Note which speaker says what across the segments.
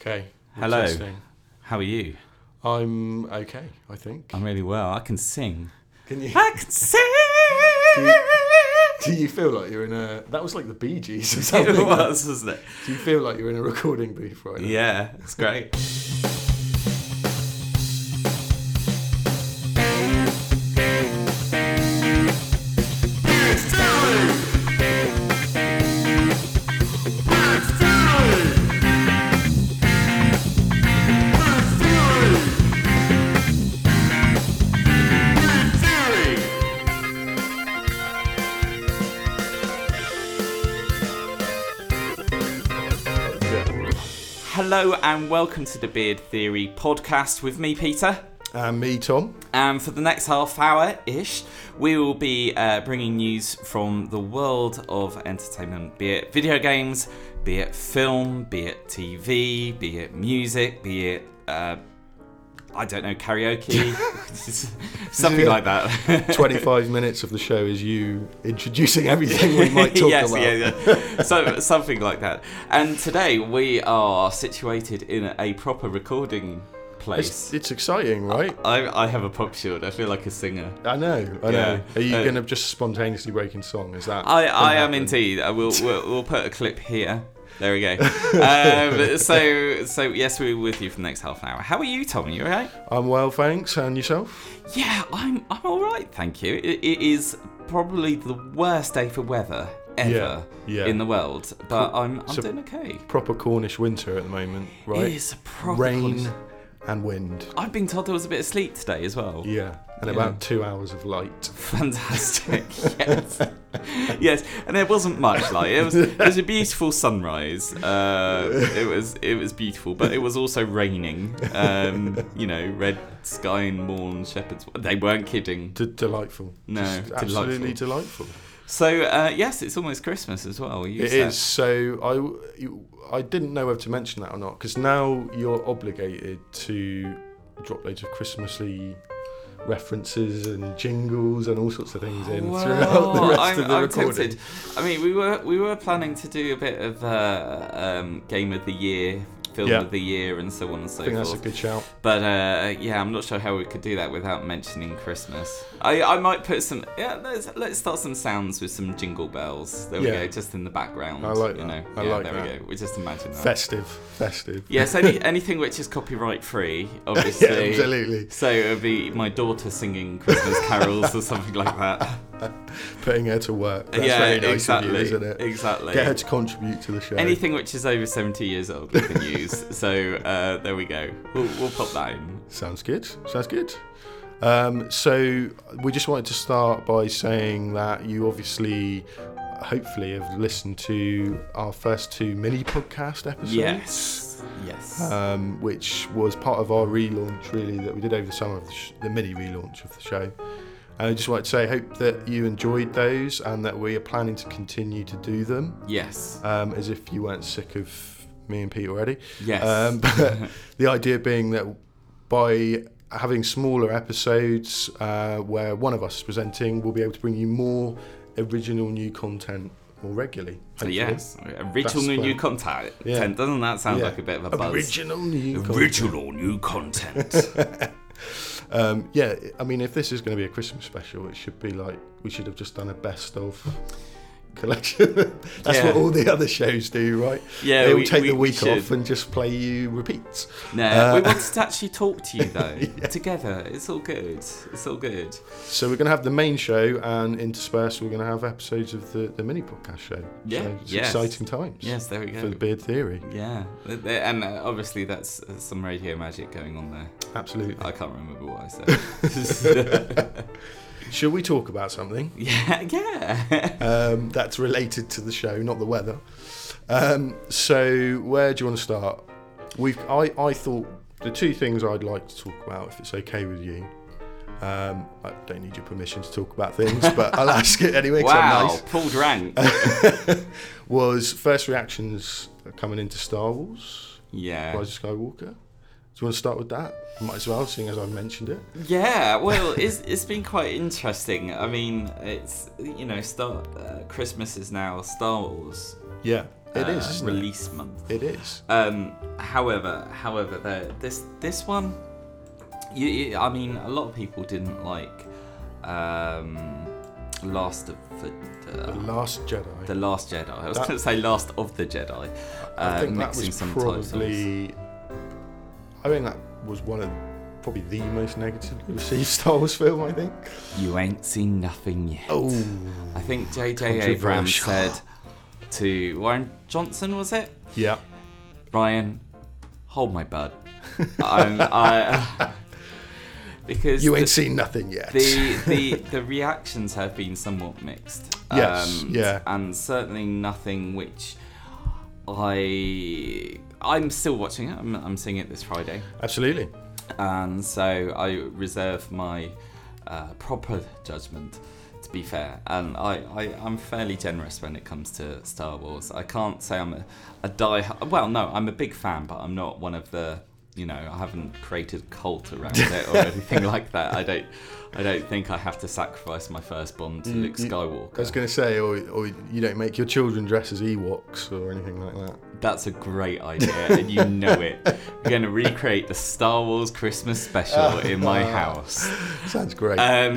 Speaker 1: Okay.
Speaker 2: Hello.
Speaker 1: Interesting.
Speaker 2: How are you?
Speaker 1: I'm okay, I think.
Speaker 2: I'm really well. I can sing.
Speaker 1: Can you?
Speaker 2: I can sing.
Speaker 1: Do you feel like you're in a? That was like the Bee Gees or something.
Speaker 2: it was, wasn't it?
Speaker 1: Do you feel like you're in a recording booth right now?
Speaker 2: Yeah, it's great. Hello and welcome to the Beard Theory podcast with me, Peter.
Speaker 1: And Uh, me, Tom.
Speaker 2: And for the next half hour ish, we will be uh, bringing news from the world of entertainment be it video games, be it film, be it TV, be it music, be it, uh, I don't know, karaoke, something like that.
Speaker 1: 25 minutes of the show is you introducing everything we might talk
Speaker 2: yes,
Speaker 1: about.
Speaker 2: yeah, yeah. So something like that. And today we are situated in a proper recording
Speaker 1: It's,
Speaker 2: place.
Speaker 1: it's exciting, right?
Speaker 2: I, I have a pop shield. I feel like a singer.
Speaker 1: I know, I know.
Speaker 2: Yeah.
Speaker 1: Are you
Speaker 2: Uh,
Speaker 1: going to just spontaneously break in song? Is that?
Speaker 2: I,
Speaker 1: gonna
Speaker 2: I am
Speaker 1: happen?
Speaker 2: indeed. I will we'll, we'll put a clip here. There we go. Um, so so yes, we're with you for the next half an hour. How are you, Tom? You alright?
Speaker 1: I'm well, thanks. And yourself?
Speaker 2: Yeah, I'm I'm all right, thank you. It, it is probably the worst day for weather ever
Speaker 1: Yeah, yeah.
Speaker 2: in the world, but I'm I'm
Speaker 1: So-
Speaker 2: doing okay.
Speaker 1: Proper Cornish winter at the moment, right?
Speaker 2: It is a proper
Speaker 1: Rain
Speaker 2: colours-
Speaker 1: and wind.
Speaker 2: I've been told there was a bit of sleep today as well.
Speaker 1: Yeah, and
Speaker 2: Yeah.
Speaker 1: about two hours of light.
Speaker 2: Fantastic. Yes. yes. And there wasn't much light. It was it was a beautiful sunrise. Uh, it was it was beautiful, but it was also raining. Um, you know, red sky and morn shepherds. They weren't kidding.
Speaker 1: D- delightful.
Speaker 2: No,
Speaker 1: Just absolutely delightful.
Speaker 2: So uh, yes, it's almost Christmas as well. You
Speaker 1: It
Speaker 2: said.
Speaker 1: is. So I, you- I didn't know whether to mention that or not because now you're obligated to drop loads of Christmassy references and jingles and all sorts of things in throughout the
Speaker 2: Well,
Speaker 1: rest
Speaker 2: I'm,
Speaker 1: of the
Speaker 2: I'm
Speaker 1: recording.
Speaker 2: tempted. I mean, we were we were planning to do a bit of uh, um, game of the year, film
Speaker 1: Yeah.
Speaker 2: of the year, and so on and so
Speaker 1: I think
Speaker 2: forth.
Speaker 1: that's a good shout.
Speaker 2: But uh, yeah, I'm not sure how we could do that without mentioning Christmas. I, I might put some yeah. Let's let's start some sounds with some jingle bells. There
Speaker 1: Yeah.
Speaker 2: we go, just in the background.
Speaker 1: I like
Speaker 2: you
Speaker 1: that.
Speaker 2: know.
Speaker 1: I
Speaker 2: yeah,
Speaker 1: like
Speaker 2: there we
Speaker 1: that.
Speaker 2: go. We just imagine that.
Speaker 1: Festive, festive.
Speaker 2: Yes, any, anything which is copyright free,
Speaker 1: Yeah,
Speaker 2: obviously.
Speaker 1: absolutely.
Speaker 2: So it would be my daughter singing Christmas carols or something like that.
Speaker 1: Putting her to work. That's
Speaker 2: yeah,
Speaker 1: very nice
Speaker 2: exactly.
Speaker 1: of you, isn't it?
Speaker 2: Exactly.
Speaker 1: Get her to contribute to the show.
Speaker 2: Anything which is over 70 years old we can use. so uh, there we go. We'll, we'll pop that in.
Speaker 1: Sounds good. Sounds good. Um, so we just wanted to start by saying that you obviously, hopefully, have listened to our first two mini podcast episodes.
Speaker 2: Yes. Yes.
Speaker 1: Um, which was part of our relaunch, really, that we did over the summer, of the, sh- the mini relaunch of the show. And I just wanted to say, hope that you enjoyed those and that we are planning to continue to do them.
Speaker 2: yes.
Speaker 1: um, as if you weren't sick of me and Pete already.
Speaker 2: Yes.
Speaker 1: Um, but the idea being that by having smaller episodes uh, where one of us is presenting, we'll be able to bring you more original new content more regularly.
Speaker 2: So
Speaker 1: hopefully.
Speaker 2: yes, original
Speaker 1: That's
Speaker 2: new
Speaker 1: where-
Speaker 2: content.
Speaker 1: Yeah.
Speaker 2: Doesn't that sound
Speaker 1: Yeah.
Speaker 2: like a bit of a buzz?
Speaker 1: Original new content.
Speaker 2: Original new content.
Speaker 1: Um, yeah, I mean, if this is going to be a Christmas special, it should be like we should have just done a best of collection. That's
Speaker 2: Yeah.
Speaker 1: what all the other shows do, right?
Speaker 2: Yeah,
Speaker 1: They all
Speaker 2: we-
Speaker 1: take
Speaker 2: we-
Speaker 1: the
Speaker 2: we
Speaker 1: week
Speaker 2: should.
Speaker 1: off and just play you repeats.
Speaker 2: no,
Speaker 1: Uh,
Speaker 2: we wanted to actually talk to you though. Together, it's all good. It's all good.
Speaker 1: So we're going to have the main show, and interspersed, we're going to have episodes of the, the mini podcast show.
Speaker 2: Yeah,
Speaker 1: so it's
Speaker 2: yes.
Speaker 1: exciting times.
Speaker 2: Yes, there we
Speaker 1: for the
Speaker 2: go.
Speaker 1: Beard Theory,
Speaker 2: Yeah, Th- th- and uh, obviously that's uh, some radio magic going on there.
Speaker 1: absolutely.
Speaker 2: I can't remember what I said.
Speaker 1: Shall we talk about something
Speaker 2: yeah, yeah.
Speaker 1: um, that's related to the show, not the weather? Um, so where do you want to start? We've I, I thought the two things I'd like to talk about, if it's okay with you. Um, I don't need your permission to talk about things, but I'll ask it anyway. 'cause I'm
Speaker 2: Wow,
Speaker 1: nice.
Speaker 2: pulled rank.
Speaker 1: Was first reactions coming into Star Wars?
Speaker 2: yeah.
Speaker 1: Rise of Skywalker. Do you want to start with that? Might as well, seeing as I've mentioned it.
Speaker 2: Yeah, well, it's it's been quite interesting. I mean, it's you know, Star uh, Christmas is now Star Wars,
Speaker 1: Yeah. It is, isn't it?
Speaker 2: release month.
Speaker 1: It is.
Speaker 2: Um, however, however, though this this one, you, you, I mean, a lot of people didn't like um, Last of the,
Speaker 1: The Last Jedi.
Speaker 2: the Last Jedi. I was
Speaker 1: That-
Speaker 2: going to say Last of the Jedi. Uh,
Speaker 1: I think that
Speaker 2: mixing
Speaker 1: was
Speaker 2: some titles.
Speaker 1: probably. I think that was one of probably the most negatively received Star Wars film. I think.
Speaker 2: You ain't seen nothing yet. I think J.J. Abrams
Speaker 1: Oh, Controversial.
Speaker 2: said to Warren Johnson, was it?
Speaker 1: Yeah.
Speaker 2: Ryan, hold my bud. I'm, I, because
Speaker 1: You
Speaker 2: the-
Speaker 1: ain't seen nothing yet.
Speaker 2: the the the reactions have been somewhat mixed. Um,
Speaker 1: Yes, yeah.
Speaker 2: And certainly nothing which I I'm still watching it. I'm, I'm seeing it this Friday,
Speaker 1: Absolutely.
Speaker 2: and so I reserve my uh, proper judgment. To be fair, and I, I I'm fairly generous when it comes to Star Wars. I can't say I'm a, a die. Well, no, I'm a big fan, but I'm not one of the. You know, I haven't created a cult around it or anything like that. I don't. I don't think I have to sacrifice my firstborn to Luke
Speaker 1: you-
Speaker 2: Skywalker.
Speaker 1: I was going to say, or, or you don't make your children dress as Ewoks or anything like that.
Speaker 2: That's a great idea, and you know it. We're going to recreate the Star Wars Christmas special in my house.
Speaker 1: Sounds great.
Speaker 2: Um,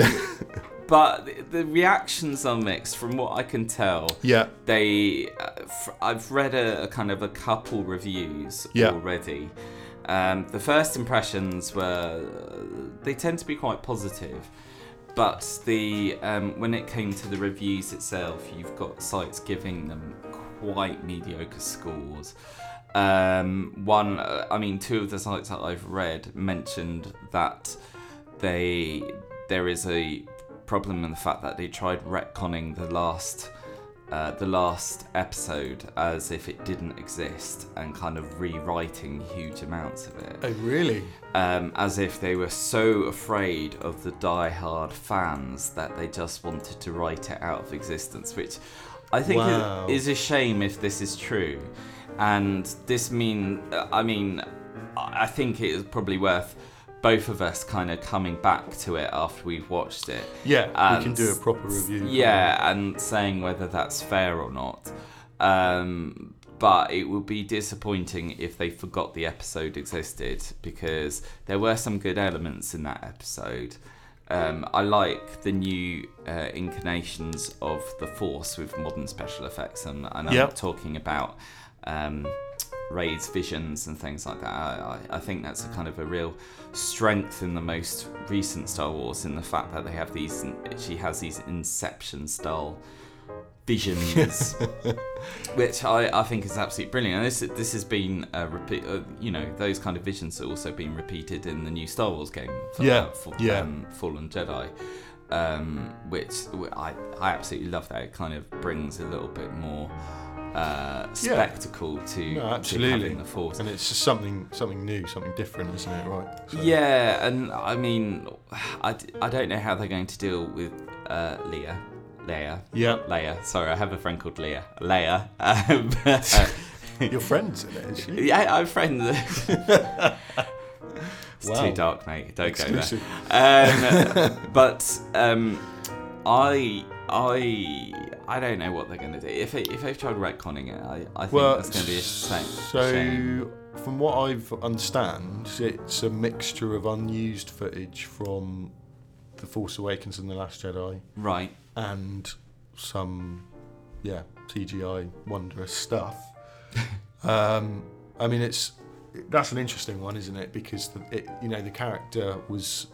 Speaker 2: but the- the reactions are mixed, from what I can tell.
Speaker 1: yeah.
Speaker 2: They, uh, f- I've read a, a kind of a couple reviews
Speaker 1: Yeah.
Speaker 2: already. Um, the first impressions were they tend to be quite positive, but the um, when it came to the reviews itself, you've got sites giving them quite mediocre scores. Um, one, uh, I mean, two of the sites that I've read mentioned that they there is a problem in the fact that they tried retconning the last uh, the last episode as if it didn't exist and kind of rewriting huge amounts of it
Speaker 1: Oh, really?
Speaker 2: um, as if they were so afraid of the die-hard fans that they just wanted to write it out of existence, which I think is-
Speaker 1: Wow.
Speaker 2: is, a shame if this is true. And this mean, I mean, I I think it is probably worth both of us kind of coming back to it after we've watched it.
Speaker 1: Yeah.
Speaker 2: And
Speaker 1: we can do a proper review. can't we?
Speaker 2: Yeah, and saying whether that's fair or not. Um, but it would be disappointing if they forgot the episode existed because there were some good elements in that episode. Um, I like the new uh, incarnations of the Force with modern special effects, and, and I'm
Speaker 1: Yep.
Speaker 2: talking about um, Ray's visions and things like that. I, I, I think that's a kind of a real strength in the most recent Star Wars, in the fact that they have these. She has these Inception style visions, which I, I think is absolutely brilliant. And this this has been uh, repeat. Uh, you know, those kind of visions have also been repeated in the new Star Wars game. For,
Speaker 1: Yeah,
Speaker 2: for,
Speaker 1: yeah.
Speaker 2: Um, Fallen Jedi. Um, which w- I, I absolutely love that it kind of brings a little bit more uh, spectacle to,
Speaker 1: No,
Speaker 2: to
Speaker 1: absolutely.
Speaker 2: having the force.
Speaker 1: And it's just something, something new, something different, isn't it? Right. So-
Speaker 2: Yeah, and I mean, I, d- I don't know how they're going to deal with uh, Leah. Leia.
Speaker 1: Yeah.
Speaker 2: Leia. Sorry, I have a friend called Leah. Leia. Um, uh,
Speaker 1: Your friend's in it, is she?
Speaker 2: yeah, I'm friends. it's
Speaker 1: Wow.
Speaker 2: too dark, mate. Don't
Speaker 1: Exclusive.
Speaker 2: go there. Um, but um, I, I, I don't know what they're going to do. If they, if they've tried retconning it, I, I think
Speaker 1: Well,
Speaker 2: that's going to be a shame.
Speaker 1: so
Speaker 2: shame.
Speaker 1: from what I've understand, it's a mixture of unused footage from The Force Awakens and The Last Jedi,
Speaker 2: right?
Speaker 1: and some, yeah, CGI wondrous stuff. um, I mean, it's that's an interesting one, isn't it? Because the, it, you know the character was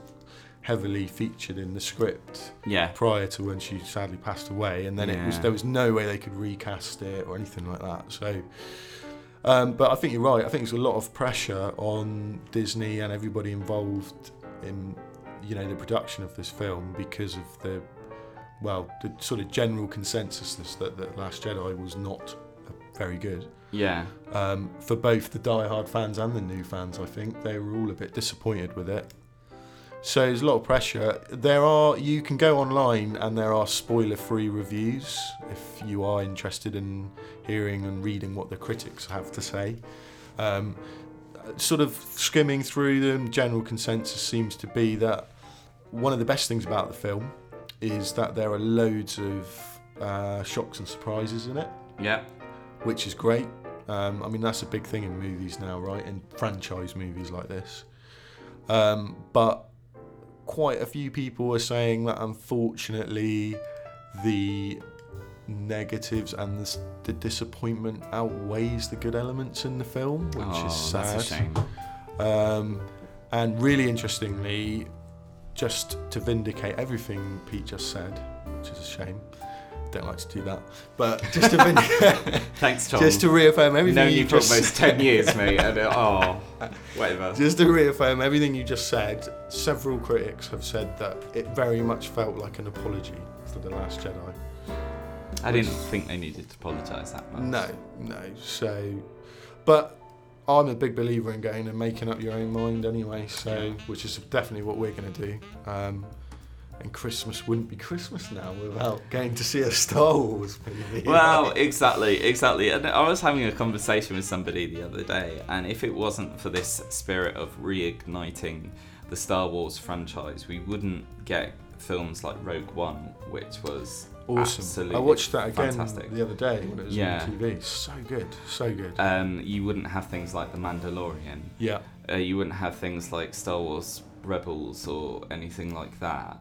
Speaker 1: heavily featured in the script
Speaker 2: Yeah.
Speaker 1: prior to when she sadly passed away, and then it was
Speaker 2: Yeah.
Speaker 1: there was no way they could recast it or anything like that. So, um, but I think you're right. I think there's a lot of pressure on Disney and everybody involved in you know the production of this film because of the well the sort of general consensus is that that Last Jedi was not very good.
Speaker 2: Yeah.
Speaker 1: Um, for both the die-hard fans and the new fans, I think they were all a bit disappointed with it. So there's a lot of pressure. There are you can go online and there are spoiler-free reviews if you are interested in hearing and reading what the critics have to say. Um, sort of skimming through them, general consensus seems to be that one of the best things about the film is that there are loads of uh, shocks and surprises in it
Speaker 2: Yeah.
Speaker 1: which is great. Um, I mean, that's a big thing in movies now, right? In franchise movies like this. Um, but quite a few people are saying that unfortunately, the negatives and the, s- the disappointment outweighs the good elements in the film, which
Speaker 2: oh,
Speaker 1: is sad.
Speaker 2: That's a shame.
Speaker 1: Um, and really interestingly, just to vindicate everything Pete just said, which is a shame. Don't like to do that, but just to vindic-
Speaker 2: Thanks, Tom.
Speaker 1: just to reaffirm everything
Speaker 2: Known
Speaker 1: you
Speaker 2: you for
Speaker 1: just
Speaker 2: almost ten years, mate. And, uh, oh, whatever.
Speaker 1: just to reaffirm everything you just said. Several critics have said that it very much felt like an apology for the Last Jedi.
Speaker 2: I didn't think they needed to apologise that much.
Speaker 1: No, no. So, but I'm a big believer in going and making up your own mind anyway. So, which is definitely what we're going to do. Um, and Christmas wouldn't be Christmas now without going to see a Star Wars movie.
Speaker 2: Well, exactly, exactly. And I was having a conversation with somebody the other day, and if it wasn't for this spirit of reigniting the Star Wars franchise, we wouldn't get films like Rogue One, which was
Speaker 1: awesome.
Speaker 2: Absolutely
Speaker 1: I watched that again
Speaker 2: fantastic.
Speaker 1: the other day when it was
Speaker 2: Yeah.
Speaker 1: on TV. So good, so good.
Speaker 2: Um, you wouldn't have things like The Mandalorian.
Speaker 1: yeah,
Speaker 2: Uh, you wouldn't have things like Star Wars Rebels or anything like that.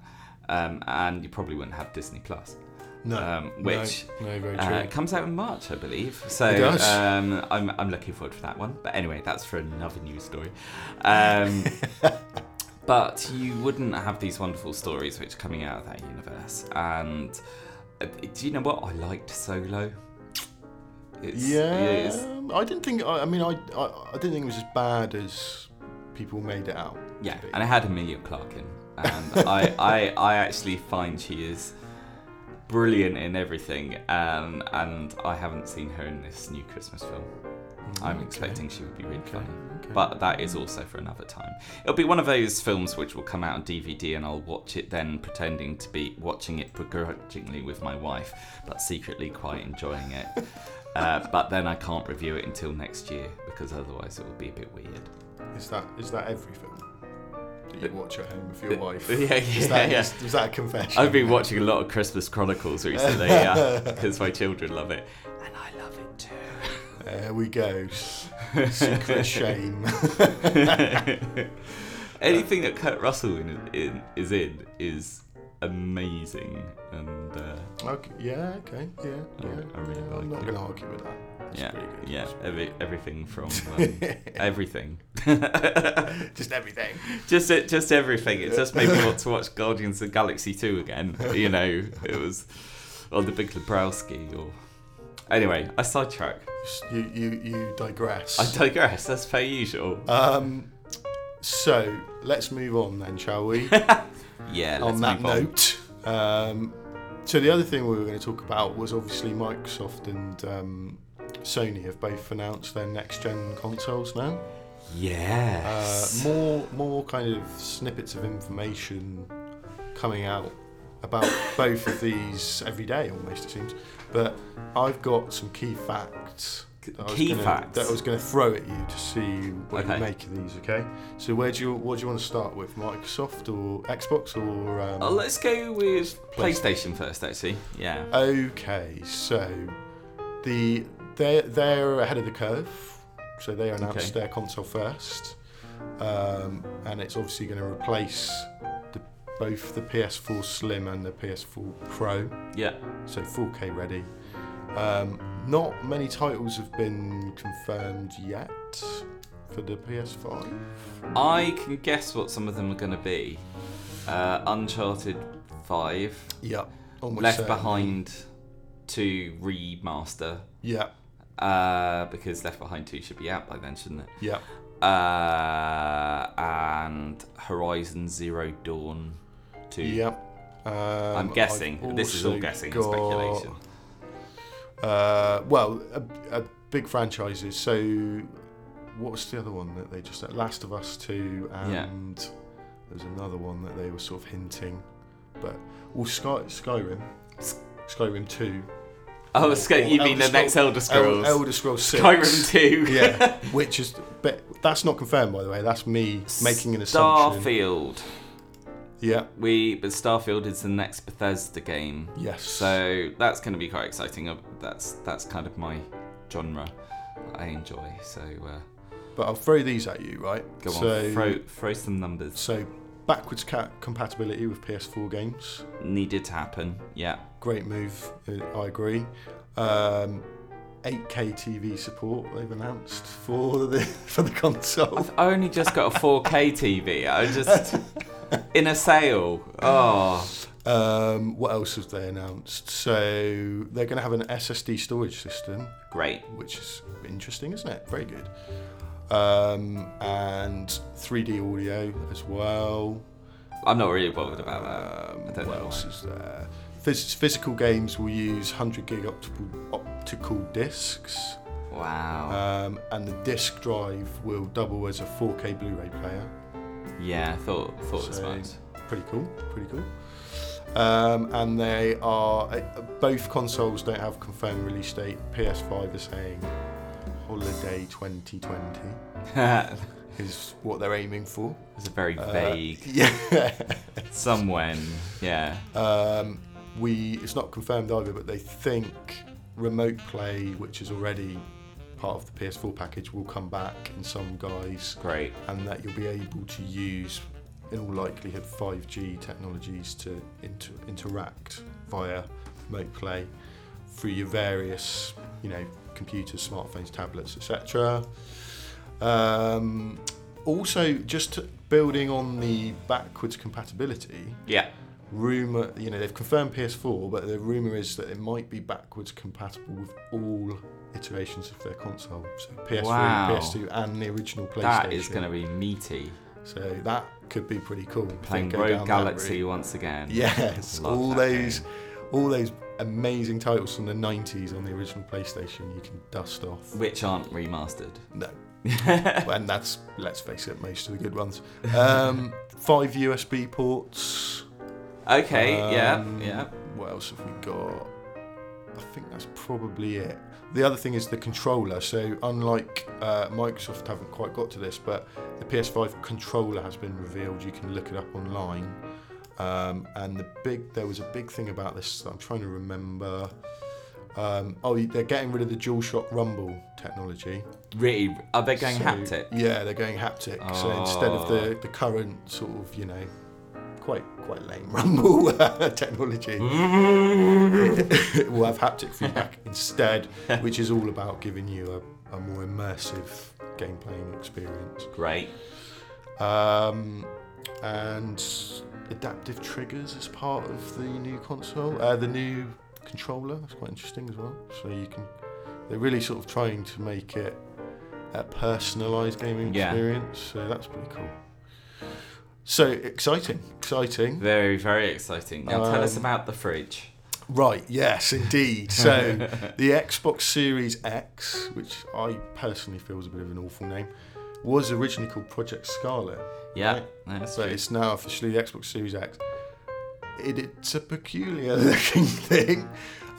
Speaker 2: Um, and you probably wouldn't have Disney Plus.
Speaker 1: no,
Speaker 2: um,
Speaker 1: no,
Speaker 2: which,
Speaker 1: no, very true.
Speaker 2: Uh, it comes out in March, I believe. So
Speaker 1: It does.
Speaker 2: Um, I'm, I'm looking forward to that one. But anyway, that's for another news story. Um, but you wouldn't have these wonderful stories which are coming out of that universe. And uh, do you know what? I liked Solo. It's,
Speaker 1: yeah,
Speaker 2: It's,
Speaker 1: I didn't think. I, I mean, I, I, I didn't think it was as bad as people made it out.
Speaker 2: yeah. And I had Amelia Clark in. And I, I, I actually find she is brilliant in everything. Um, and I haven't seen her in this new Christmas film. I'm
Speaker 1: Mm-hmm. Okay.
Speaker 2: expecting she would be really
Speaker 1: Okay,
Speaker 2: funny.
Speaker 1: okay.
Speaker 2: But that is also for another time. It'll be one of those films which will come out on DVD and I'll watch it then, pretending to be watching it begrudgingly with my wife, but secretly quite enjoying it. uh, but then I can't review it until next year because otherwise it will be a bit weird.
Speaker 1: Is that is that every film that you watch at home with your wife?
Speaker 2: yeah, yeah,
Speaker 1: Is that,
Speaker 2: yeah.
Speaker 1: Is, is that a confession?
Speaker 2: I've been watching a lot of Christmas Chronicles recently, yeah, because my children love it. And I love it too.
Speaker 1: There we go. Secret shame.
Speaker 2: Anything that Kurt Russell in, in, is in is amazing, and uh,
Speaker 1: Okay, yeah. Okay. Yeah.
Speaker 2: I-
Speaker 1: yeah.
Speaker 2: Oh, I really
Speaker 1: yeah,
Speaker 2: like
Speaker 1: I'm not
Speaker 2: it.
Speaker 1: going to argue with that. That's
Speaker 2: yeah,
Speaker 1: pretty good.
Speaker 2: yeah, every, everything from um, everything,
Speaker 1: Just everything.
Speaker 2: just it, just everything. It just made me want to watch Guardians of the Galaxy two again. You know, it was on the Big Lebowski. Or anyway, I sidetrack.
Speaker 1: You you you digress.
Speaker 2: I digress. That's per usual.
Speaker 1: um. So let's move on then, shall we?
Speaker 2: Yeah. Let's
Speaker 1: on that
Speaker 2: move on.
Speaker 1: note. Um, so the other thing we were going to talk about was obviously Microsoft and um, Sony have both announced their next gen consoles now. Uh,
Speaker 2: Yes.
Speaker 1: more more kind of snippets of information coming out about both of these every day almost it seems. But I've got some key facts.
Speaker 2: K-
Speaker 1: that I was
Speaker 2: key
Speaker 1: gonna-
Speaker 2: facts?
Speaker 1: that I was going to throw at you to see what
Speaker 2: Okay.
Speaker 1: you make of these. Okay. So where do you what do you want to start with? Microsoft or Xbox or? Um,
Speaker 2: Uh, let's go with
Speaker 1: PlayStation.
Speaker 2: PlayStation first, actually. Yeah.
Speaker 1: Okay, so the they're they're ahead of the curve, so they announced
Speaker 2: Okay.
Speaker 1: their console first, um, and it's obviously going to replace the, both the PS4 Slim and the PS4 Pro,
Speaker 2: Yeah.
Speaker 1: so 4K ready. Um, not many titles have been confirmed yet for the PS5.
Speaker 2: I can guess what some of them are going to be. Uh, Uncharted 5,
Speaker 1: Yep. Almost
Speaker 2: Left
Speaker 1: certainly.
Speaker 2: Behind 2 Remaster,
Speaker 1: Yeah,
Speaker 2: uh, because Left Behind 2 should be out by then, shouldn't it?
Speaker 1: yeah.
Speaker 2: Uh, and Horizon Zero Dawn 2.
Speaker 1: Yep. Um,
Speaker 2: I'm
Speaker 1: I've
Speaker 2: guessing. This is all
Speaker 1: also
Speaker 2: guessing
Speaker 1: got-
Speaker 2: and speculation.
Speaker 1: Uh, well, a, a big franchises. So, what was the other one that they just? Last of Us Two,
Speaker 2: Yeah.
Speaker 1: and there's another one that they were sort of hinting, but well, Sky, Skyrim, Skyrim Two.
Speaker 2: Oh, it's go-
Speaker 1: Or
Speaker 2: you mean
Speaker 1: Elder
Speaker 2: the next
Speaker 1: Scroll-
Speaker 2: Elder Scrolls?
Speaker 1: El- Elder Scrolls Six.
Speaker 2: Skyrim 2.
Speaker 1: yeah, which is, but that's not confirmed, by the way. That's me making an assumption.
Speaker 2: Starfield.
Speaker 1: Yeah.
Speaker 2: We but Starfield is the next Bethesda game,
Speaker 1: Yes.
Speaker 2: so that's going to be quite exciting. Uh, That's that's kind of my genre that I enjoy. So uh,
Speaker 1: But I'll throw these at you, right?
Speaker 2: go on,
Speaker 1: so,
Speaker 2: throw throw some numbers.
Speaker 1: So backwards cat compatibility with PS4 games.
Speaker 2: Needed to happen. Yeah,
Speaker 1: Great move. uh, I agree. Um, 8K TV support they've announced for the for the console.
Speaker 2: I've only just got a 4K TV. I just in a sale. Oh,
Speaker 1: Um, what else have they announced? So they're going to have an SSD storage system,
Speaker 2: great.
Speaker 1: which is interesting, isn't it? Very good. Um, and 3D audio as well.
Speaker 2: I'm not really bothered about that.
Speaker 1: Um,
Speaker 2: I
Speaker 1: what
Speaker 2: don't know
Speaker 1: else is there? Phys- physical games will use 100 gig optical, optical discs,
Speaker 2: Wow.
Speaker 1: um, and the disc drive will double as a 4K Blu-ray player.
Speaker 2: yeah, I thought thought as
Speaker 1: so-
Speaker 2: much.
Speaker 1: Pretty cool. Pretty cool. Um, and they are uh, both consoles don't have confirmed release date. PS5 is saying holiday 2020
Speaker 2: it
Speaker 1: is what they're aiming for.
Speaker 2: was a very
Speaker 1: Uh,
Speaker 2: vague
Speaker 1: Yeah.
Speaker 2: some when. Yeah.
Speaker 1: Um, we it's not confirmed either, but they think remote play, which is already part of the PS4 package, will come back in some guise,
Speaker 2: Great.
Speaker 1: and that you'll be able to use, in all likelihood, 5G technologies to inter- interact via remote play through your various, you know, computers, smartphones, tablets, etc. Um, also, just building on the backwards compatibility,
Speaker 2: Yeah.
Speaker 1: rumor you know they've confirmed ps4 but the rumor is that it might be backwards compatible with all iterations of their console so ps3
Speaker 2: Wow.
Speaker 1: ps2 and the original playstation
Speaker 2: That is going to be meaty.
Speaker 1: so that could be pretty cool if they
Speaker 2: Playing
Speaker 1: go
Speaker 2: Rogue
Speaker 1: down that
Speaker 2: Galaxy
Speaker 1: route.
Speaker 2: once again.
Speaker 1: yes
Speaker 2: Love
Speaker 1: all
Speaker 2: that
Speaker 1: those
Speaker 2: game.
Speaker 1: all those amazing titles from the 90s on the original playstation you can dust off
Speaker 2: Which aren't remastered.
Speaker 1: no and that's let's face it most of the good ones um, five usb ports
Speaker 2: Okay,
Speaker 1: Um,
Speaker 2: yeah, yeah.
Speaker 1: What else have we got? I think that's probably it. The other thing is the controller. So unlike uh, Microsoft, haven't quite got to this, but the PS5 controller has been revealed. You can look it up online. Um, and the big, there was a big thing about this. that I'm trying to remember. Um, oh, they're getting rid of the DualShock Rumble technology.
Speaker 2: Really, are they going
Speaker 1: So-
Speaker 2: haptic?
Speaker 1: Yeah, they're going haptic. So instead of
Speaker 2: Oh.
Speaker 1: the, the current sort of, you know, quite quite lame rumble uh, technology,
Speaker 2: Hmm.
Speaker 1: we'll have haptic feedback instead, which is all about giving you a, a more immersive game playing experience.
Speaker 2: Great.
Speaker 1: Um, and adaptive triggers as part of the new console, uh, the new controller. That's quite interesting as well. So you can, they're really sort of trying to make it a personalised gaming
Speaker 2: Yeah.
Speaker 1: experience. So that's pretty cool. So exciting, exciting.
Speaker 2: Very, very exciting. Now tell us
Speaker 1: Um,
Speaker 2: about the fridge.
Speaker 1: Right, yes, indeed. So the Xbox Series X, which I personally feel is a bit of an awful name, was originally called Project Scarlet.
Speaker 2: Yeah,
Speaker 1: right.
Speaker 2: that's
Speaker 1: So
Speaker 2: true.
Speaker 1: it's now officially the Xbox Series X. It, it's a peculiar looking thing.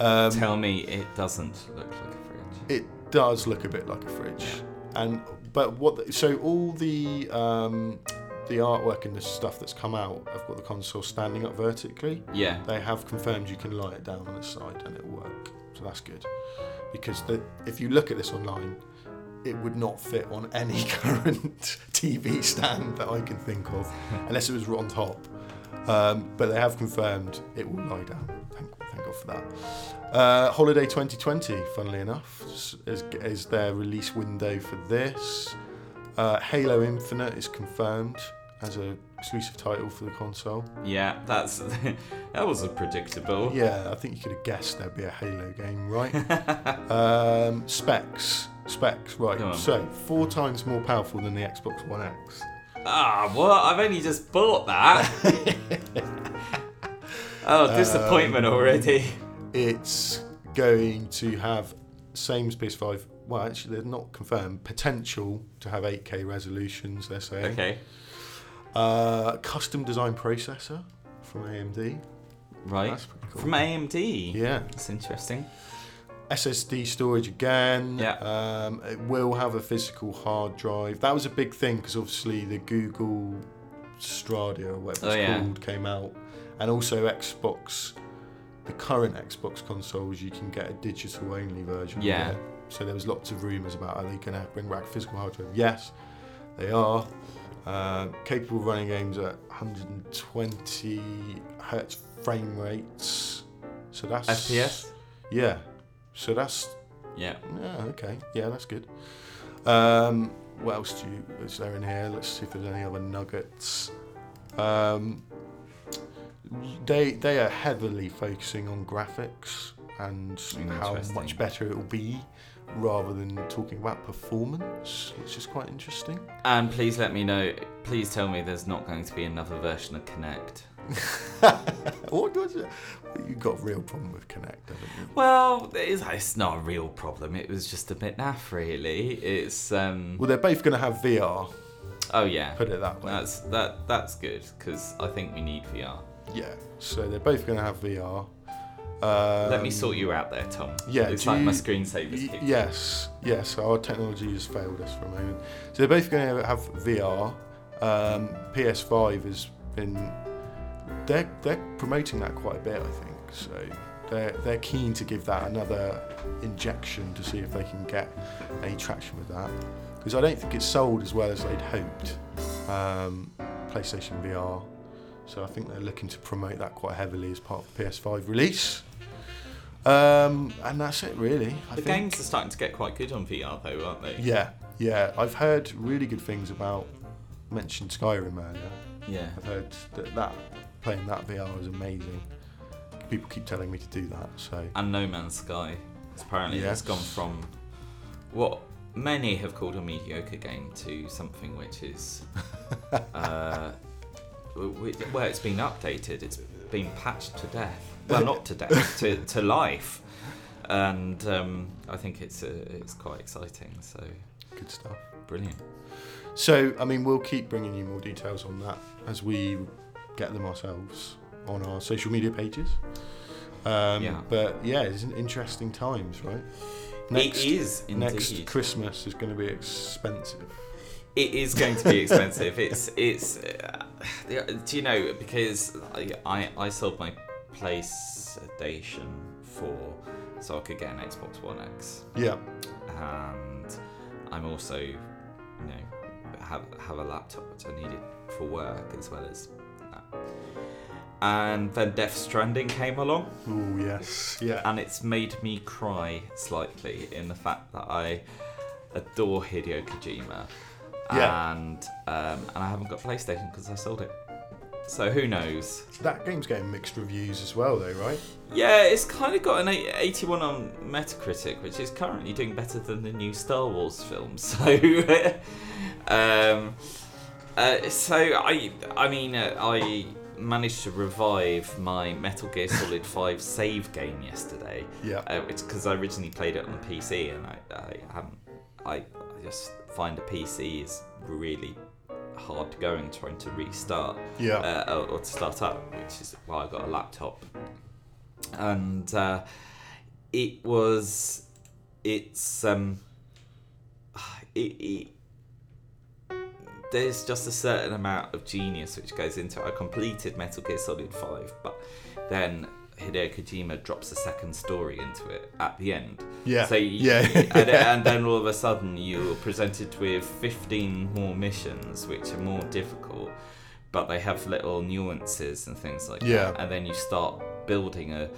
Speaker 1: Um,
Speaker 2: Tell me it doesn't look like a fridge.
Speaker 1: it does look a bit like a fridge, and but what? The, so all the um, the artwork and the stuff that's come out, I've got the console standing up vertically.
Speaker 2: Yeah,
Speaker 1: They have confirmed you can lie it down on its side and it'll work, so that's good. Because the, if you look at this online, it would not fit on any current TV stand that I can think of, unless it was on top. Um, but they have confirmed it will lie down. Thank, thank God for that. Uh, Holiday 2020, funnily enough, s- is, is their release window for this. Uh, Halo Infinite is confirmed as an exclusive title for the console.
Speaker 2: yeah, that's that was a predictable.
Speaker 1: Yeah, I think you could have guessed there'd be a Halo game, right? um, specs, specs,
Speaker 2: Go
Speaker 1: right.
Speaker 2: on.
Speaker 1: So four times more powerful than the Xbox One X.
Speaker 2: Ah, what? I've only just bought that. oh, disappointment
Speaker 1: Um,
Speaker 2: already.
Speaker 1: It's going to have same as PS5. Well, actually, they're not confirmed. Potential to have 8K resolutions. They're saying.
Speaker 2: Okay,
Speaker 1: Uh, custom design processor from AMD.
Speaker 2: right.
Speaker 1: That's pretty cool.
Speaker 2: From AMD.
Speaker 1: Yeah.
Speaker 2: That's interesting.
Speaker 1: SSD storage again.
Speaker 2: Yeah.
Speaker 1: Um, it will have a physical hard drive. That was a big thing because obviously the Google Stadia or whatever it's
Speaker 2: Oh, yeah.
Speaker 1: called came out, and also Xbox, the current Xbox consoles you can get a digital only version. of
Speaker 2: Yeah.
Speaker 1: it. So there was lots of rumours about are they going to bring back physical hardware? Yes, they are. Uh, capable of running games at 120 hertz frame rates. So that's
Speaker 2: FPS.
Speaker 1: Yeah. So that's
Speaker 2: Yeah.
Speaker 1: yeah, okay. Yeah, that's good. Um, what else do you, is there in here? Let's see if there's any other nuggets. Um, they they are heavily focusing on graphics and how
Speaker 2: Interesting.
Speaker 1: much better it will be, rather than talking about performance, which is quite interesting.
Speaker 2: And please let me know. Please tell me there's not going to be another version of Connect.
Speaker 1: what was it? You've got a real problem with Connect, haven't you?
Speaker 2: Well, it's, it's not a real problem. It was just a bit naff, really. It's um.
Speaker 1: Well, they're both going to have VR.
Speaker 2: Oh yeah.
Speaker 1: Put it that way.
Speaker 2: That's that. That's good because I think we need VR.
Speaker 1: Yeah. So they're both going to have VR. Um,
Speaker 2: Let me sort you out there, Tom.
Speaker 1: yeah,
Speaker 2: It's
Speaker 1: do
Speaker 2: like my
Speaker 1: you-
Speaker 2: screensaver's
Speaker 1: Y-
Speaker 2: kicked.
Speaker 1: Yes, yes, our technology has failed us for a moment. So they're both going to have VR. Um, PS5 has been. They're, they're promoting that quite a bit, I think. So they're, they're keen to give that another injection to see if they can get any traction with that. Because I don't think it's sold as well as they'd hoped, um, PlayStation VR. So I think they're looking to promote that quite heavily as part of the PS5 release. Um, and that's it, really. I
Speaker 2: The
Speaker 1: think.
Speaker 2: games are starting to get quite good on VR though, aren't they?
Speaker 1: Yeah, yeah. I've heard really good things about mentioned Skyrim earlier.
Speaker 2: Yeah.
Speaker 1: I've heard that, that playing that VR is amazing. People keep telling me to do that, so
Speaker 2: And No Man's Sky. Apparently, it's
Speaker 1: Yes.
Speaker 2: gone from what many have called a mediocre game to something which is, uh, w- w- well, it's been updated. It's been patched to death. Well, not to death, to, to life. And um, I think it's uh it's quite exciting. So
Speaker 1: good stuff.
Speaker 2: brilliant.
Speaker 1: So, I mean, we'll keep bringing you more details on that as we get them ourselves on our social media pages. Um,
Speaker 2: Yeah.
Speaker 1: But yeah, it's an interesting times, right? Next,
Speaker 2: it is indeed.
Speaker 1: next Christmas is going to be expensive.
Speaker 2: It is going to be expensive. it's it's. Uh, do you know because I, I I sold my PlayStation Four so I could get an Xbox One X,
Speaker 1: Yeah,
Speaker 2: and I'm also you know have have a laptop which I needed for work as well as that. And then Death Stranding came along
Speaker 1: oh, yes, yeah.
Speaker 2: and it's made me cry slightly in the fact that I adore Hideo Kojima.
Speaker 1: Yeah.
Speaker 2: And um, and I haven't got PlayStation because I sold it. So who knows?
Speaker 1: That game's getting mixed reviews as well, though, right?
Speaker 2: Yeah, it's kind of got an eight- 81 on Metacritic, which is currently doing better than the new Star Wars film. So, um, uh, so I, I mean, uh, I managed to revive my Metal Gear Solid 5 save game yesterday.
Speaker 1: Yeah.
Speaker 2: Uh, it's because I originally played it on PC, and I, I haven't. I, I just find a PC is really hard going trying to restart
Speaker 1: Yeah.
Speaker 2: uh, or- or to start up, which is why I got a laptop. And uh, it was, it's um, it, it there's just a certain amount of genius which goes into it. I completed Metal Gear Solid 5, but then Hideo Kojima drops a second story into it at the end.
Speaker 1: Yeah.
Speaker 2: So you,
Speaker 1: Yeah.
Speaker 2: and, and then all of a sudden you're presented with 15 more missions which are more difficult, but they have little nuances and things like
Speaker 1: Yeah.
Speaker 2: that. And then you start building a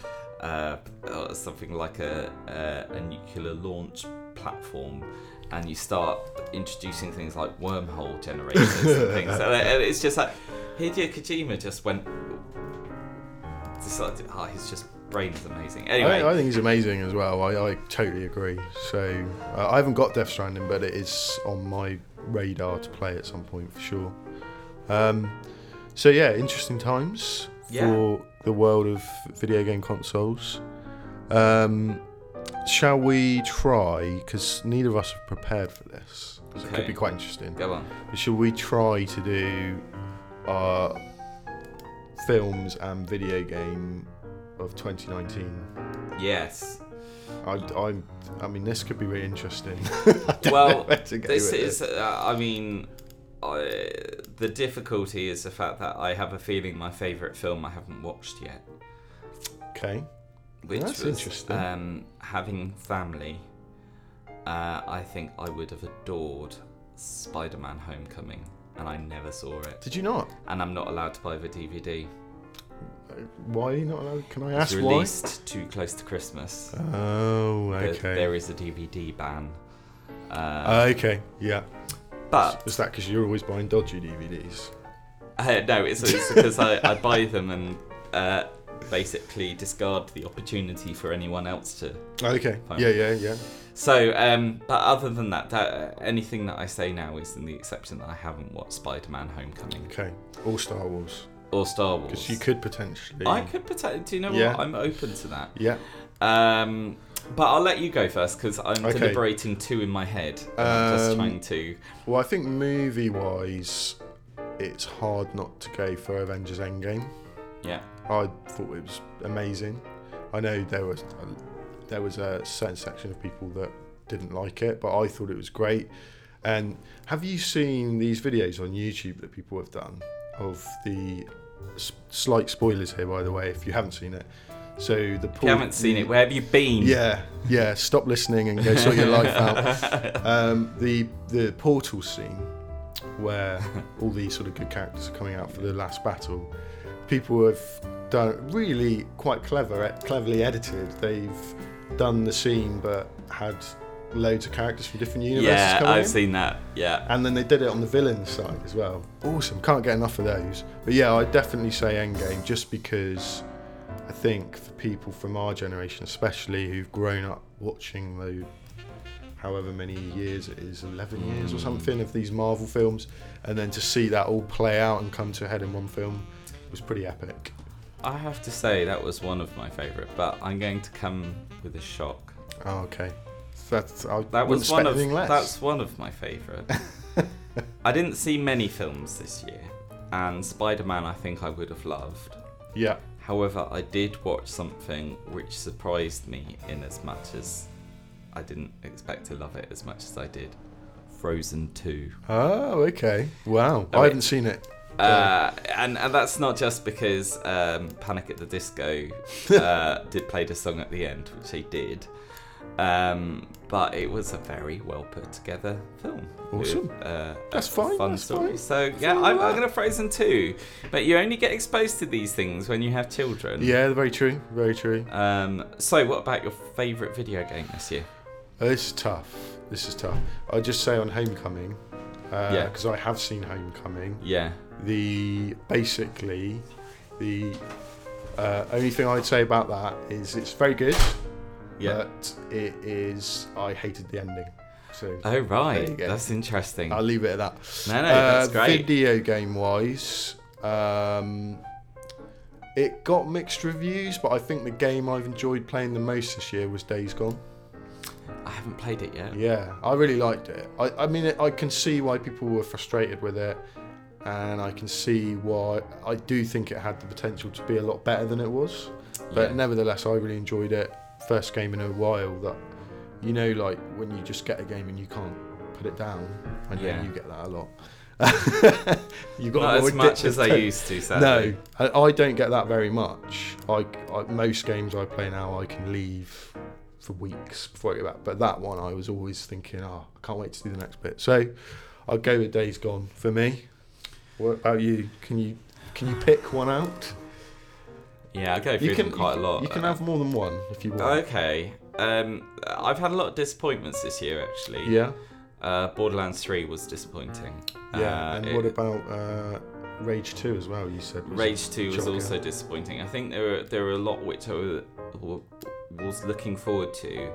Speaker 2: uh, uh, something like a, a, a nuclear launch platform, and you start introducing things like wormhole generators and things. And, and it's just like Hideo Kojima just went. Decided, oh, he's just brain is amazing. Anyway,
Speaker 1: I, I think he's amazing as well. I, I totally agree. So uh, I haven't got Death Stranding, but it is on my radar to play at some point for sure. Um, so yeah, interesting times
Speaker 2: Yeah.
Speaker 1: for the world of video game consoles. Um, shall we try? Because neither of us have prepared for this. 'cause It
Speaker 2: Okay.
Speaker 1: could be quite interesting.
Speaker 2: go on.
Speaker 1: Should we try to do our films and video game of 2019?
Speaker 2: Yes.
Speaker 1: I, I'm, I mean, this could be really interesting.
Speaker 2: Well,
Speaker 1: Where to go
Speaker 2: this
Speaker 1: with
Speaker 2: is. Uh, I mean, I, the difficulty is the fact that I have a feeling my favourite film I haven't watched yet.
Speaker 1: Okay.
Speaker 2: which
Speaker 1: That's
Speaker 2: was
Speaker 1: interesting.
Speaker 2: Um, having family Uh, I think I would have adored Spider Man Homecoming, and I never saw it.
Speaker 1: Did you not?
Speaker 2: And I'm not allowed to buy the DVD.
Speaker 1: Why are you not allowed? Can I ask
Speaker 2: it's
Speaker 1: why?
Speaker 2: released too close to Christmas.
Speaker 1: Oh,
Speaker 2: There-
Speaker 1: okay.
Speaker 2: there is a DVD ban. Uh,
Speaker 1: Okay, yeah.
Speaker 2: but
Speaker 1: Is that because you're always buying dodgy DVDs?
Speaker 2: uh, no, it's because I, I buy them and uh, basically discard the opportunity for anyone else to
Speaker 1: Okay.
Speaker 2: Fine.
Speaker 1: Yeah, yeah, yeah.
Speaker 2: So, um, but other than that, that anything that I say now is in the exception that I haven't watched Spider-Man: Homecoming
Speaker 1: Okay. All Star Wars.
Speaker 2: or Star
Speaker 1: Because
Speaker 2: Wars.
Speaker 1: you could potentially.
Speaker 2: I could pretend. Do you know
Speaker 1: Yeah.
Speaker 2: what? I'm open to that.
Speaker 1: Yeah.
Speaker 2: Um, but I'll let you go first because I'm
Speaker 1: Okay.
Speaker 2: deliberating two in my head. And I'm just
Speaker 1: Um,
Speaker 2: trying to.
Speaker 1: Well, I think movie wise, it's hard not to go for Avengers Endgame.
Speaker 2: Yeah.
Speaker 1: I thought it was amazing. I know there was there was a certain section of people that didn't like it, but I thought it was great. And have you seen these videos on YouTube that people have done of the s- slight spoilers here, by the way, if you haven't seen it? So the
Speaker 2: If you haven't seen it, where have you been?
Speaker 1: Yeah, yeah. Stop listening and go sort your life out. Um, the the portal scene where all these sort of good characters are coming out for the last battle. People have done really quite clever, e, cleverly edited. They've done the scene but had loads of characters from different universes
Speaker 2: Yeah,
Speaker 1: coming
Speaker 2: I've
Speaker 1: in.
Speaker 2: seen that. Yeah.
Speaker 1: And then they did it on the villain side as well. Awesome. Can't get enough of those. But yeah, I definitely say Endgame just because I think for people from our generation, especially who've grown up watching the however many years it is, 11 years or something of these Marvel films, and then to see that all play out and come to a head in one film was pretty epic.
Speaker 2: I have to say that was one of my favourite, but I'm going to come with a shock.
Speaker 1: Oh, okay. That's, I
Speaker 2: That
Speaker 1: wouldn't
Speaker 2: was
Speaker 1: expect
Speaker 2: one of
Speaker 1: anything less.
Speaker 2: that's one of my favourite. I didn't see many films this year, and Spider-Man I think I would have loved.
Speaker 1: Yeah.
Speaker 2: However, I did watch something which surprised me in as much as I didn't expect to love it as much as I did. Frozen 2.
Speaker 1: Oh, okay. Wow.
Speaker 2: Oh,
Speaker 1: I
Speaker 2: wait.
Speaker 1: haven't seen it.
Speaker 2: Uh, and, and that's not just because um, Panic at the Disco uh, did play the song at the end, which they did. Um, but it was a very well put together film.
Speaker 1: Awesome.
Speaker 2: uh,
Speaker 1: That's
Speaker 2: a
Speaker 1: fine,
Speaker 2: Fun
Speaker 1: that's
Speaker 2: story.
Speaker 1: fine.
Speaker 2: So yeah,
Speaker 1: with
Speaker 2: I'm, I'm
Speaker 1: that.
Speaker 2: gonna Frozen too. But you only get exposed to these things when you have children.
Speaker 1: Yeah, very true. Very true.
Speaker 2: Um, so what about your favourite video game this year?
Speaker 1: Oh, This is tough. This is tough. I just say on Homecoming,
Speaker 2: Yeah.
Speaker 1: because I have seen Homecoming.
Speaker 2: Yeah.
Speaker 1: The basically, the uh, only thing I'd say about that is it's very good,
Speaker 2: Yeah.
Speaker 1: but it is I hated the ending. So
Speaker 2: oh right.
Speaker 1: there you go.
Speaker 2: That's interesting.
Speaker 1: I'll leave it at that.
Speaker 2: No, no, that's
Speaker 1: Uh,
Speaker 2: great.
Speaker 1: Video game wise, um, it got mixed reviews, but I think the game I've enjoyed playing the most this year was Days Gone.
Speaker 2: I haven't played it yet.
Speaker 1: Yeah, I really liked it. I, I mean, I can see why people were frustrated with it, and I can see why I do think it had the potential to be a lot better than it was. But
Speaker 2: Yeah.
Speaker 1: nevertheless, I really enjoyed it. First game in a while that, you know, like when you just get a game and you can't put it down. I know
Speaker 2: Yeah.
Speaker 1: you get that a lot. you got
Speaker 2: Not
Speaker 1: more
Speaker 2: as much
Speaker 1: addicted
Speaker 2: as I
Speaker 1: to-
Speaker 2: used to, sadly.
Speaker 1: no, I, I don't get that very much. I, I most games I play now, I can leave for weeks before I get back. But that one, I was always thinking, oh, I can't wait to do the next bit. So, I'll go with Days Gone for me. What about you? Can you can you pick one out?
Speaker 2: Yeah, I go through
Speaker 1: You can
Speaker 2: them quite
Speaker 1: you,
Speaker 2: a lot.
Speaker 1: You can
Speaker 2: Uh,
Speaker 1: have more than one if you want.
Speaker 2: Okay. Um, I've had a lot of disappointments this year, actually.
Speaker 1: yeah,
Speaker 2: Uh, Borderlands 3 was disappointing.
Speaker 1: yeah.
Speaker 2: Uh,
Speaker 1: and
Speaker 2: it-
Speaker 1: what about uh, Rage Two as well? You said was-
Speaker 2: Rage 2 was
Speaker 1: Shocker.
Speaker 2: also disappointing. I think there were there were a lot which I wa- wa- was looking forward to,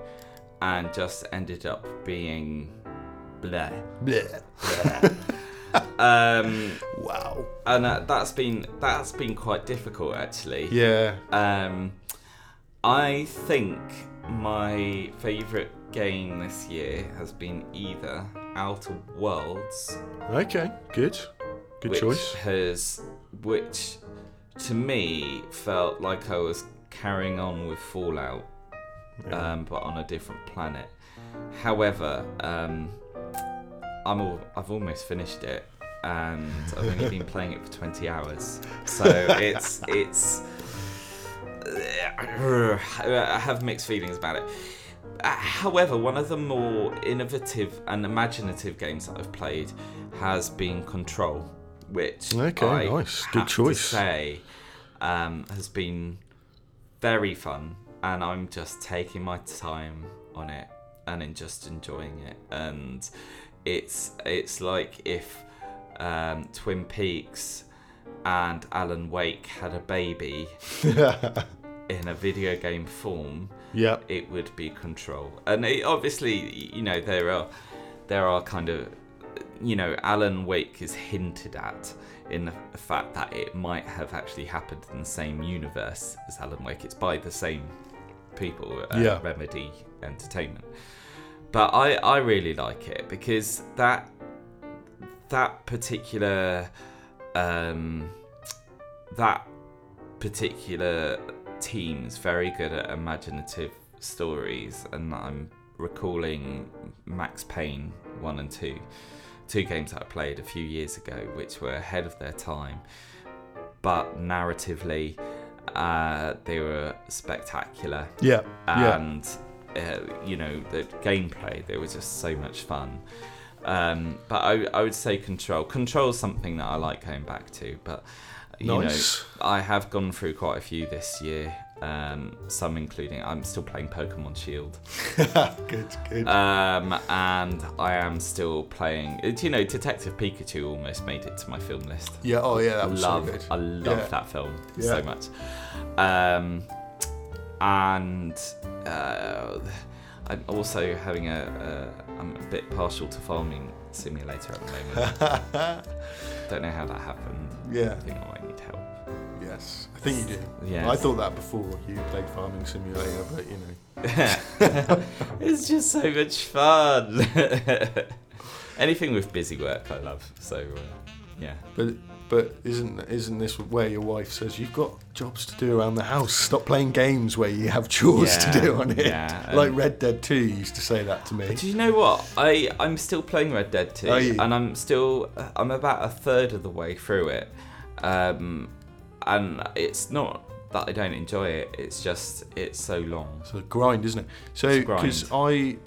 Speaker 2: and just ended up being, bleh.
Speaker 1: Blech.
Speaker 2: Um,
Speaker 1: Wow.
Speaker 2: and uh, that's been that's been quite difficult actually.
Speaker 1: Yeah.
Speaker 2: Um, I think my favourite game this year has been either Outer Worlds,
Speaker 1: Okay. Good. Good
Speaker 2: which
Speaker 1: choice.
Speaker 2: has which to me felt like I was carrying on with Fallout, um, but on a different planet. However, um, I'm all, I've almost finished it, and I've only been playing it for 20 hours, so it's it's. I have mixed feelings about it. Uh, However, one of the more innovative and imaginative games that I've played has been Control, which
Speaker 1: Okay,
Speaker 2: I
Speaker 1: nice. Good
Speaker 2: have to
Speaker 1: choice.
Speaker 2: say um, has been very fun, and I'm just taking my time on it and in just enjoying it. And it's it's like if um, Twin Peaks and Alan Wake had a baby in a video game form
Speaker 1: yeah.
Speaker 2: it would be control and it, obviously you know there are there are kind of you know alan wake is hinted at in the fact that it might have actually happened in the same universe as alan wake it's by the same people uh,
Speaker 1: Yeah.
Speaker 2: remedy entertainment but i i really like it because that that particular um that particular team's very good at imaginative stories, and I'm recalling Max Payne 1 and 2, two games that I played a few years ago, which were ahead of their time, but narratively, uh, they were spectacular
Speaker 1: Yeah. Yeah.
Speaker 2: and uh, you know the gameplay there was just so much fun um, but I, I would say control control is something that i like going back to but you
Speaker 1: Nice.
Speaker 2: know i have gone through quite a few this year um, some including i'm still playing pokemon shield
Speaker 1: good, good.
Speaker 2: um, and i am still playing it- you know detective pikachu almost made it to my film list
Speaker 1: yeah, oh yeah, that was so
Speaker 2: love
Speaker 1: good.
Speaker 2: I love
Speaker 1: Yeah.
Speaker 2: that film
Speaker 1: Yeah.
Speaker 2: so much. Um, and uh, I'm also having a uh, I'm a bit partial to Farming Simulator at the moment. Don't know how that happened.
Speaker 1: Yeah.
Speaker 2: I think I might need help.
Speaker 1: Yes, I think you do.
Speaker 2: Yeah.
Speaker 1: I thought that before you played Farming Simulator, but you know.
Speaker 2: it's just so much fun. Anything with busy work, I love. So uh, yeah.
Speaker 1: But but isn't isn't this where your wife says you've got jobs to do around the house? Stop playing games where you have chores to
Speaker 2: Yeah,
Speaker 1: do on it.
Speaker 2: yeah,
Speaker 1: like
Speaker 2: and-
Speaker 1: Red Dead Two used to say that to me.
Speaker 2: Do you know what? I I'm still playing Red Dead 2,
Speaker 1: Are you?
Speaker 2: and I'm still uh, I'm about a third of the way through it, um, and it's not that I don't enjoy it. It's just it's so long.
Speaker 1: It's a grind, isn't it? So
Speaker 2: a grind.
Speaker 1: because I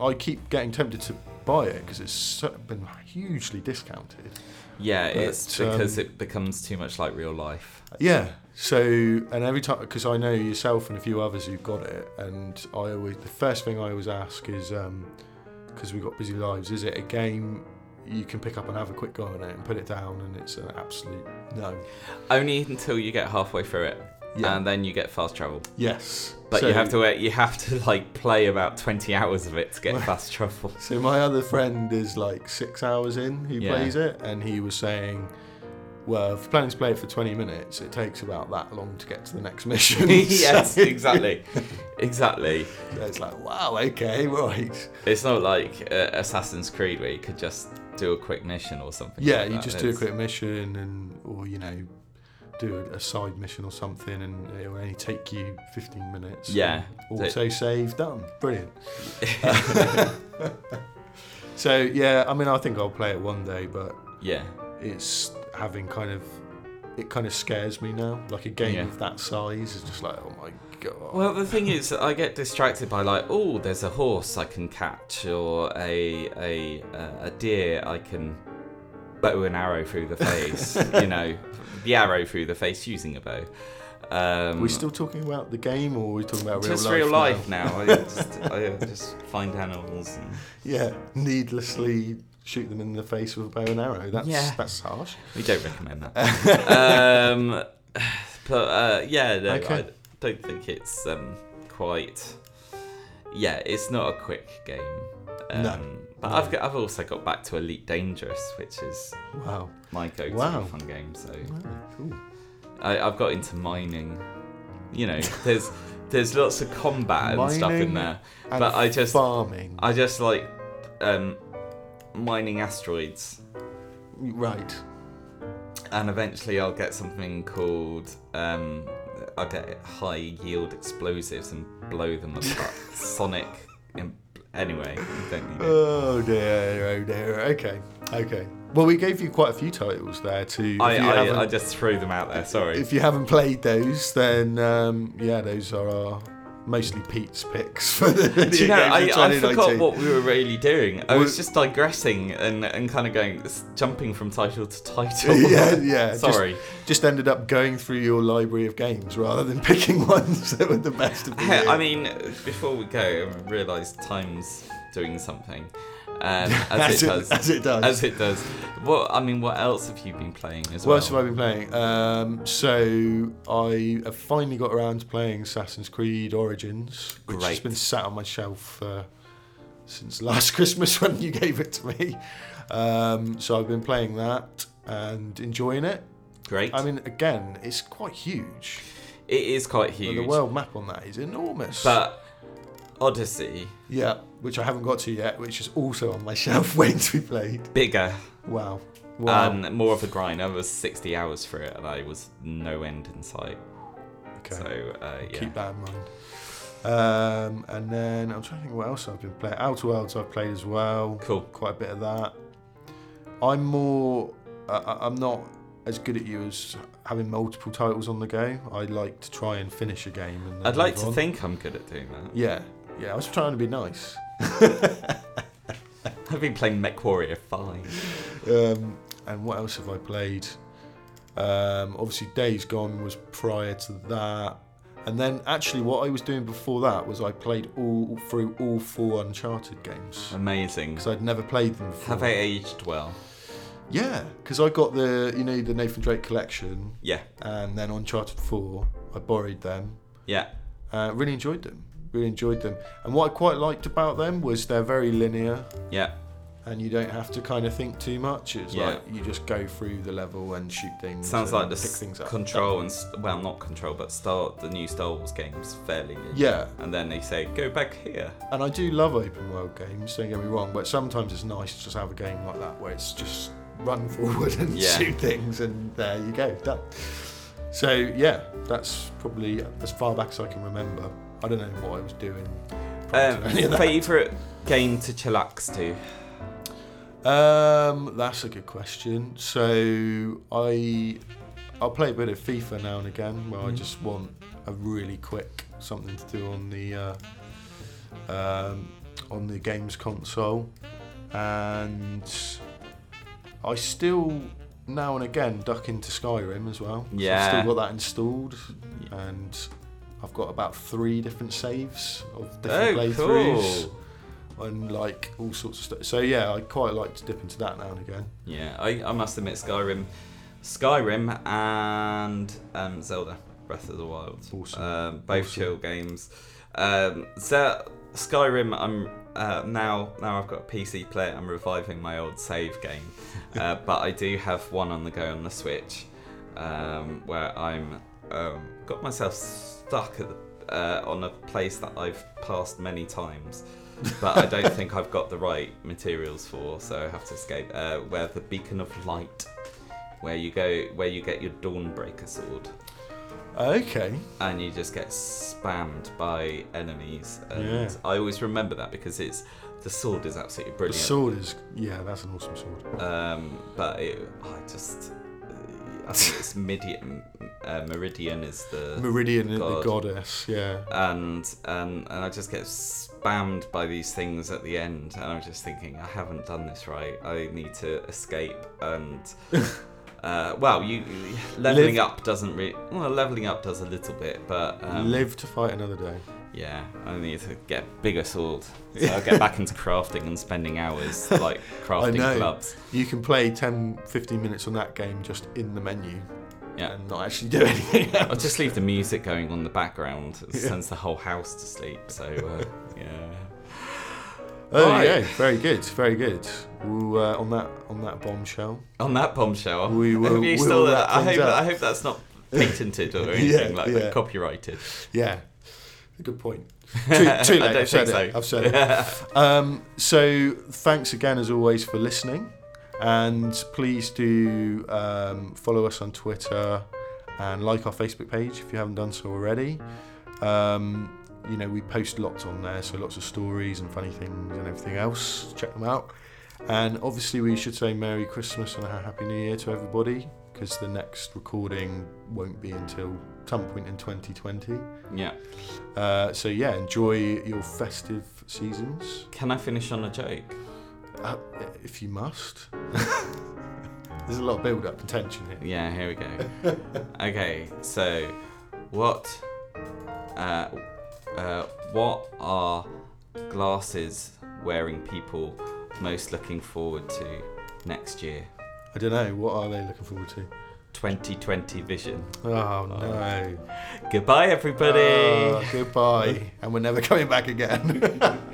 Speaker 1: I keep getting tempted to buy it because it's so, been hugely discounted.
Speaker 2: Yeah,
Speaker 1: But,
Speaker 2: it's because
Speaker 1: um,
Speaker 2: it becomes too much like real life.
Speaker 1: Yeah. So, and every time, because I know yourself and a few others who've got it, and I always, the first thing I always ask is, because we've got busy lives, is it a game you can pick up and have a quick go on it and put it down and it's an absolute no?
Speaker 2: Only until you get halfway through it,
Speaker 1: Yeah.
Speaker 2: and then you get fast travel.
Speaker 1: Yes.
Speaker 2: But
Speaker 1: So-
Speaker 2: you have to wait. You have to like play about twenty hours of it to get fast travel.
Speaker 1: So my other friend is like six hours in who
Speaker 2: Yeah.
Speaker 1: plays it, and he was saying, "Well, if you're planning to play it for 20 minutes, it takes about that long to get to the next mission."
Speaker 2: yes,
Speaker 1: So-
Speaker 2: exactly, exactly.
Speaker 1: so it's like, wow, okay, right.
Speaker 2: It's not like uh, Assassin's Creed where you could just do a quick mission or something.
Speaker 1: Yeah,
Speaker 2: like
Speaker 1: you
Speaker 2: that.
Speaker 1: just do a
Speaker 2: It's-
Speaker 1: quick mission, and or you know, do a, a side mission or something, and it'll only take you 15 minutes.
Speaker 2: Yeah.
Speaker 1: Auto save done. Brilliant. so yeah, I mean, I think I'll play it one day, but
Speaker 2: Yeah.
Speaker 1: it's having kind of it kind of scares me now. Like a game
Speaker 2: Yeah.
Speaker 1: of that size is just like, oh my god.
Speaker 2: Well, the thing is, I get distracted by like, oh, there's a horse I can catch, or a a uh, a deer I can bow an arrow through the face. you know, the arrow through the face using a bow. Um,
Speaker 1: are we still talking about the game, or are we talking about real
Speaker 2: just
Speaker 1: life?
Speaker 2: real
Speaker 1: now?
Speaker 2: life now. I just I uh, just find animals. And...
Speaker 1: Yeah, needlessly shoot them in the face with a bow and arrow. That's
Speaker 2: Yeah.
Speaker 1: that's harsh.
Speaker 2: We don't recommend that. um, but uh, yeah, no,
Speaker 1: Okay.
Speaker 2: I don't think it's um, quite. Yeah, it's not a quick game. Um,
Speaker 1: No,
Speaker 2: But
Speaker 1: no.
Speaker 2: I've, got, I've also got back to Elite Dangerous, which is
Speaker 1: Wow.
Speaker 2: my go-to
Speaker 1: Wow.
Speaker 2: fun game. So
Speaker 1: Wow, cool.
Speaker 2: I, I've got into mining. You know, there's there's lots of combat and stuff
Speaker 1: Mining
Speaker 2: in there,
Speaker 1: And
Speaker 2: but I just
Speaker 1: farming.
Speaker 2: I just like um, mining asteroids.
Speaker 1: Right.
Speaker 2: and eventually I'll get something called um, I'll get high yield explosives and blow them apart. Sonic. Im- anyway, you don't need it.
Speaker 1: Oh dear. Oh dear. Okay. Okay. Well, we gave you quite a few titles there to.
Speaker 2: I,
Speaker 1: if you haven't-
Speaker 2: I, I just threw them out there. Sorry.
Speaker 1: if you haven't played those, then um, yeah, those are our mostly Pete's picks for the video
Speaker 2: Do you know, I,
Speaker 1: games of
Speaker 2: I forgot
Speaker 1: 2019.
Speaker 2: what we were really doing. I was
Speaker 1: We-
Speaker 2: just digressing and, and kind of going, s- jumping from title to title.
Speaker 1: yeah, yeah. just-
Speaker 2: Sorry.
Speaker 1: just ended up going through your library of games rather than picking ones that were the best of the year.
Speaker 2: I mean, before we go, I realised time's doing something. Um,
Speaker 1: As it-
Speaker 2: as, it does.
Speaker 1: as it does.
Speaker 2: As it does. What, I mean, what else have you been playing as well?
Speaker 1: What else have I been playing? Um, so I have finally got around to playing Assassin's Creed Origins, which has
Speaker 2: Great.
Speaker 1: been sat on my shelf uh, since last Christmas when you gave it to me. Um, so I've been playing that and enjoying it.
Speaker 2: Great.
Speaker 1: I mean, again, it's quite huge.
Speaker 2: it is quite
Speaker 1: Like,
Speaker 2: huge.
Speaker 1: The world map on that is enormous.
Speaker 2: But Odyssey,
Speaker 1: yeah, which I haven't got to yet, which is also on my shelf waiting to be played.
Speaker 2: bigger
Speaker 1: Wow. Wow.
Speaker 2: and more of a grind. I was 60 hours for it and I was no end in sight.
Speaker 1: okay.
Speaker 2: So, uh, yeah.
Speaker 1: keep that in mind. Um, and then I'm trying to think what else I've been playing. Outer Worlds I've played as well.
Speaker 2: Cool.
Speaker 1: Quite a bit of that. I'm more. I- I I'm not as good at you as having multiple titles on the go. I like to try and finish a game. And then
Speaker 2: I'd like
Speaker 1: move
Speaker 2: to
Speaker 1: on.
Speaker 2: think I'm good at doing that.
Speaker 1: Yeah, yeah. I was trying to be nice.
Speaker 2: I've been playing MechWarrior 5.
Speaker 1: Um, and what else have I played? Um, obviously, Days Gone was prior to that. And then, actually, what I was doing before that was I played all through all four Uncharted games.
Speaker 2: Amazing.
Speaker 1: because I'd never played them before.
Speaker 2: Have they aged well?
Speaker 1: Yeah, because I got the you know the Nathan Drake collection
Speaker 2: Yeah.
Speaker 1: and then Uncharted Four. I borrowed them.
Speaker 2: Yeah.
Speaker 1: Uh, really enjoyed them. Really enjoyed them. And what I quite liked about them was they're very linear,
Speaker 2: Yeah.
Speaker 1: and you don't have to kind of think too much. It's
Speaker 2: Yeah.
Speaker 1: like you just go through the level and shoot things.
Speaker 2: Sounds
Speaker 1: and
Speaker 2: like the
Speaker 1: Mm, pick
Speaker 2: s-
Speaker 1: things up.
Speaker 2: control and s- well, not control, but start the new Star Wars games fairly. new.
Speaker 1: Yeah,
Speaker 2: And then they say go back here.
Speaker 1: and I do love open world games. Don't get me wrong, but sometimes it's nice to just have a game like that where it's just run forward and
Speaker 2: Yeah.
Speaker 1: shoot things, and there you go, done. So yeah, that's probably as far back as I can remember. I don't know what I was doing. prior
Speaker 2: Um,
Speaker 1: to any of that.
Speaker 2: favorite game to chillax to?
Speaker 1: Um, that's a good question. So I, I'll play a bit of FIFA now and again, where I
Speaker 2: Mhm.
Speaker 1: just want a really quick something to do on the, uh, um, on the games console, and I still now and again duck into Skyrim as well. So
Speaker 2: Yeah.
Speaker 1: I've still got that installed, and I've got about three different saves of different
Speaker 2: oh,
Speaker 1: playthroughs
Speaker 2: cool.
Speaker 1: and like all sorts of stuff. So yeah, I quite like to dip into that now and again.
Speaker 2: Yeah, I, I must admit Skyrim, Skyrim and um, Zelda Breath of the Wild.
Speaker 1: Awesome.
Speaker 2: Um, both
Speaker 1: Awesome.
Speaker 2: chill games. Um, so Skyrim, I'm uh, now now I've got a PC player. I'm reviving my old save game, uh, but I do have one on the go on the Switch, um, where I'm um, got myself stuck at the, uh, on a place that I've passed many times but I don't think I've got the right materials for, so I have to escape. Uh, where the beacon of light, where you go, where you get your Dawnbreaker sword,
Speaker 1: Okay.
Speaker 2: and you just get spammed by enemies.
Speaker 1: Yeah.
Speaker 2: And I always remember that because it's the sword is absolutely
Speaker 1: The
Speaker 2: brilliant.
Speaker 1: sword is yeah, that's an awesome sword.
Speaker 2: um, but it, I just, I think it's Midian, uh, Meridian is the
Speaker 1: Meridian is the
Speaker 2: God.
Speaker 1: goddess, yeah.
Speaker 2: and um, and I just get spammed by these things at the end, and I'm just thinking I haven't done this right. I need to escape and. Uh, well, you leveling up doesn't really. Well, leveling up does a little bit, but um,
Speaker 1: Live to fight another day.
Speaker 2: yeah, I need to get a bigger sword. So I'll get back into crafting and spending hours like crafting
Speaker 1: know.
Speaker 2: clubs.
Speaker 1: You can play 10, 15 minutes on that game just in the menu
Speaker 2: Yeah,
Speaker 1: and not actually do anything
Speaker 2: I'll
Speaker 1: else.
Speaker 2: just leave the music going on the background. It
Speaker 1: Yeah.
Speaker 2: sends the whole house to sleep. So uh, yeah.
Speaker 1: Oh
Speaker 2: Right.
Speaker 1: yeah, very good, very good. We'll, uh, on that on that bombshell.
Speaker 2: On that bombshell,
Speaker 1: We will-
Speaker 2: Have you
Speaker 1: we
Speaker 2: still-
Speaker 1: will wrap
Speaker 2: I hope
Speaker 1: things up.
Speaker 2: I hope that's not patented or anything
Speaker 1: Yeah,
Speaker 2: like that,
Speaker 1: yeah.
Speaker 2: copyrighted.
Speaker 1: Yeah. Good point. Too, too late.
Speaker 2: I don't
Speaker 1: I've said
Speaker 2: think
Speaker 1: it.
Speaker 2: so.
Speaker 1: I've said it. Um, so thanks again, as always, for listening, and please do um, follow us on Twitter and like our Facebook page if you haven't done so already. Um, you know we post lots on there, so lots of stories and funny things and everything else. Check them out. And obviously, we should say Merry Christmas and a Happy New Year to everybody because the next recording won't be until some point in 2020.
Speaker 2: Yeah.
Speaker 1: Uh, so, yeah, enjoy your festive seasons
Speaker 2: Can I finish on a joke?
Speaker 1: uh, if you must. There's a lot of build up and tension here.
Speaker 2: Yeah, here we go. okay, so what uh, uh, what are glasses wearing people most looking forward to next year?
Speaker 1: I don't know, what are they looking forward to?
Speaker 2: 2020 vision.
Speaker 1: Oh, no. Ah,
Speaker 2: Goodbye, everybody.
Speaker 1: Oh, goodbye. and we're never coming back again.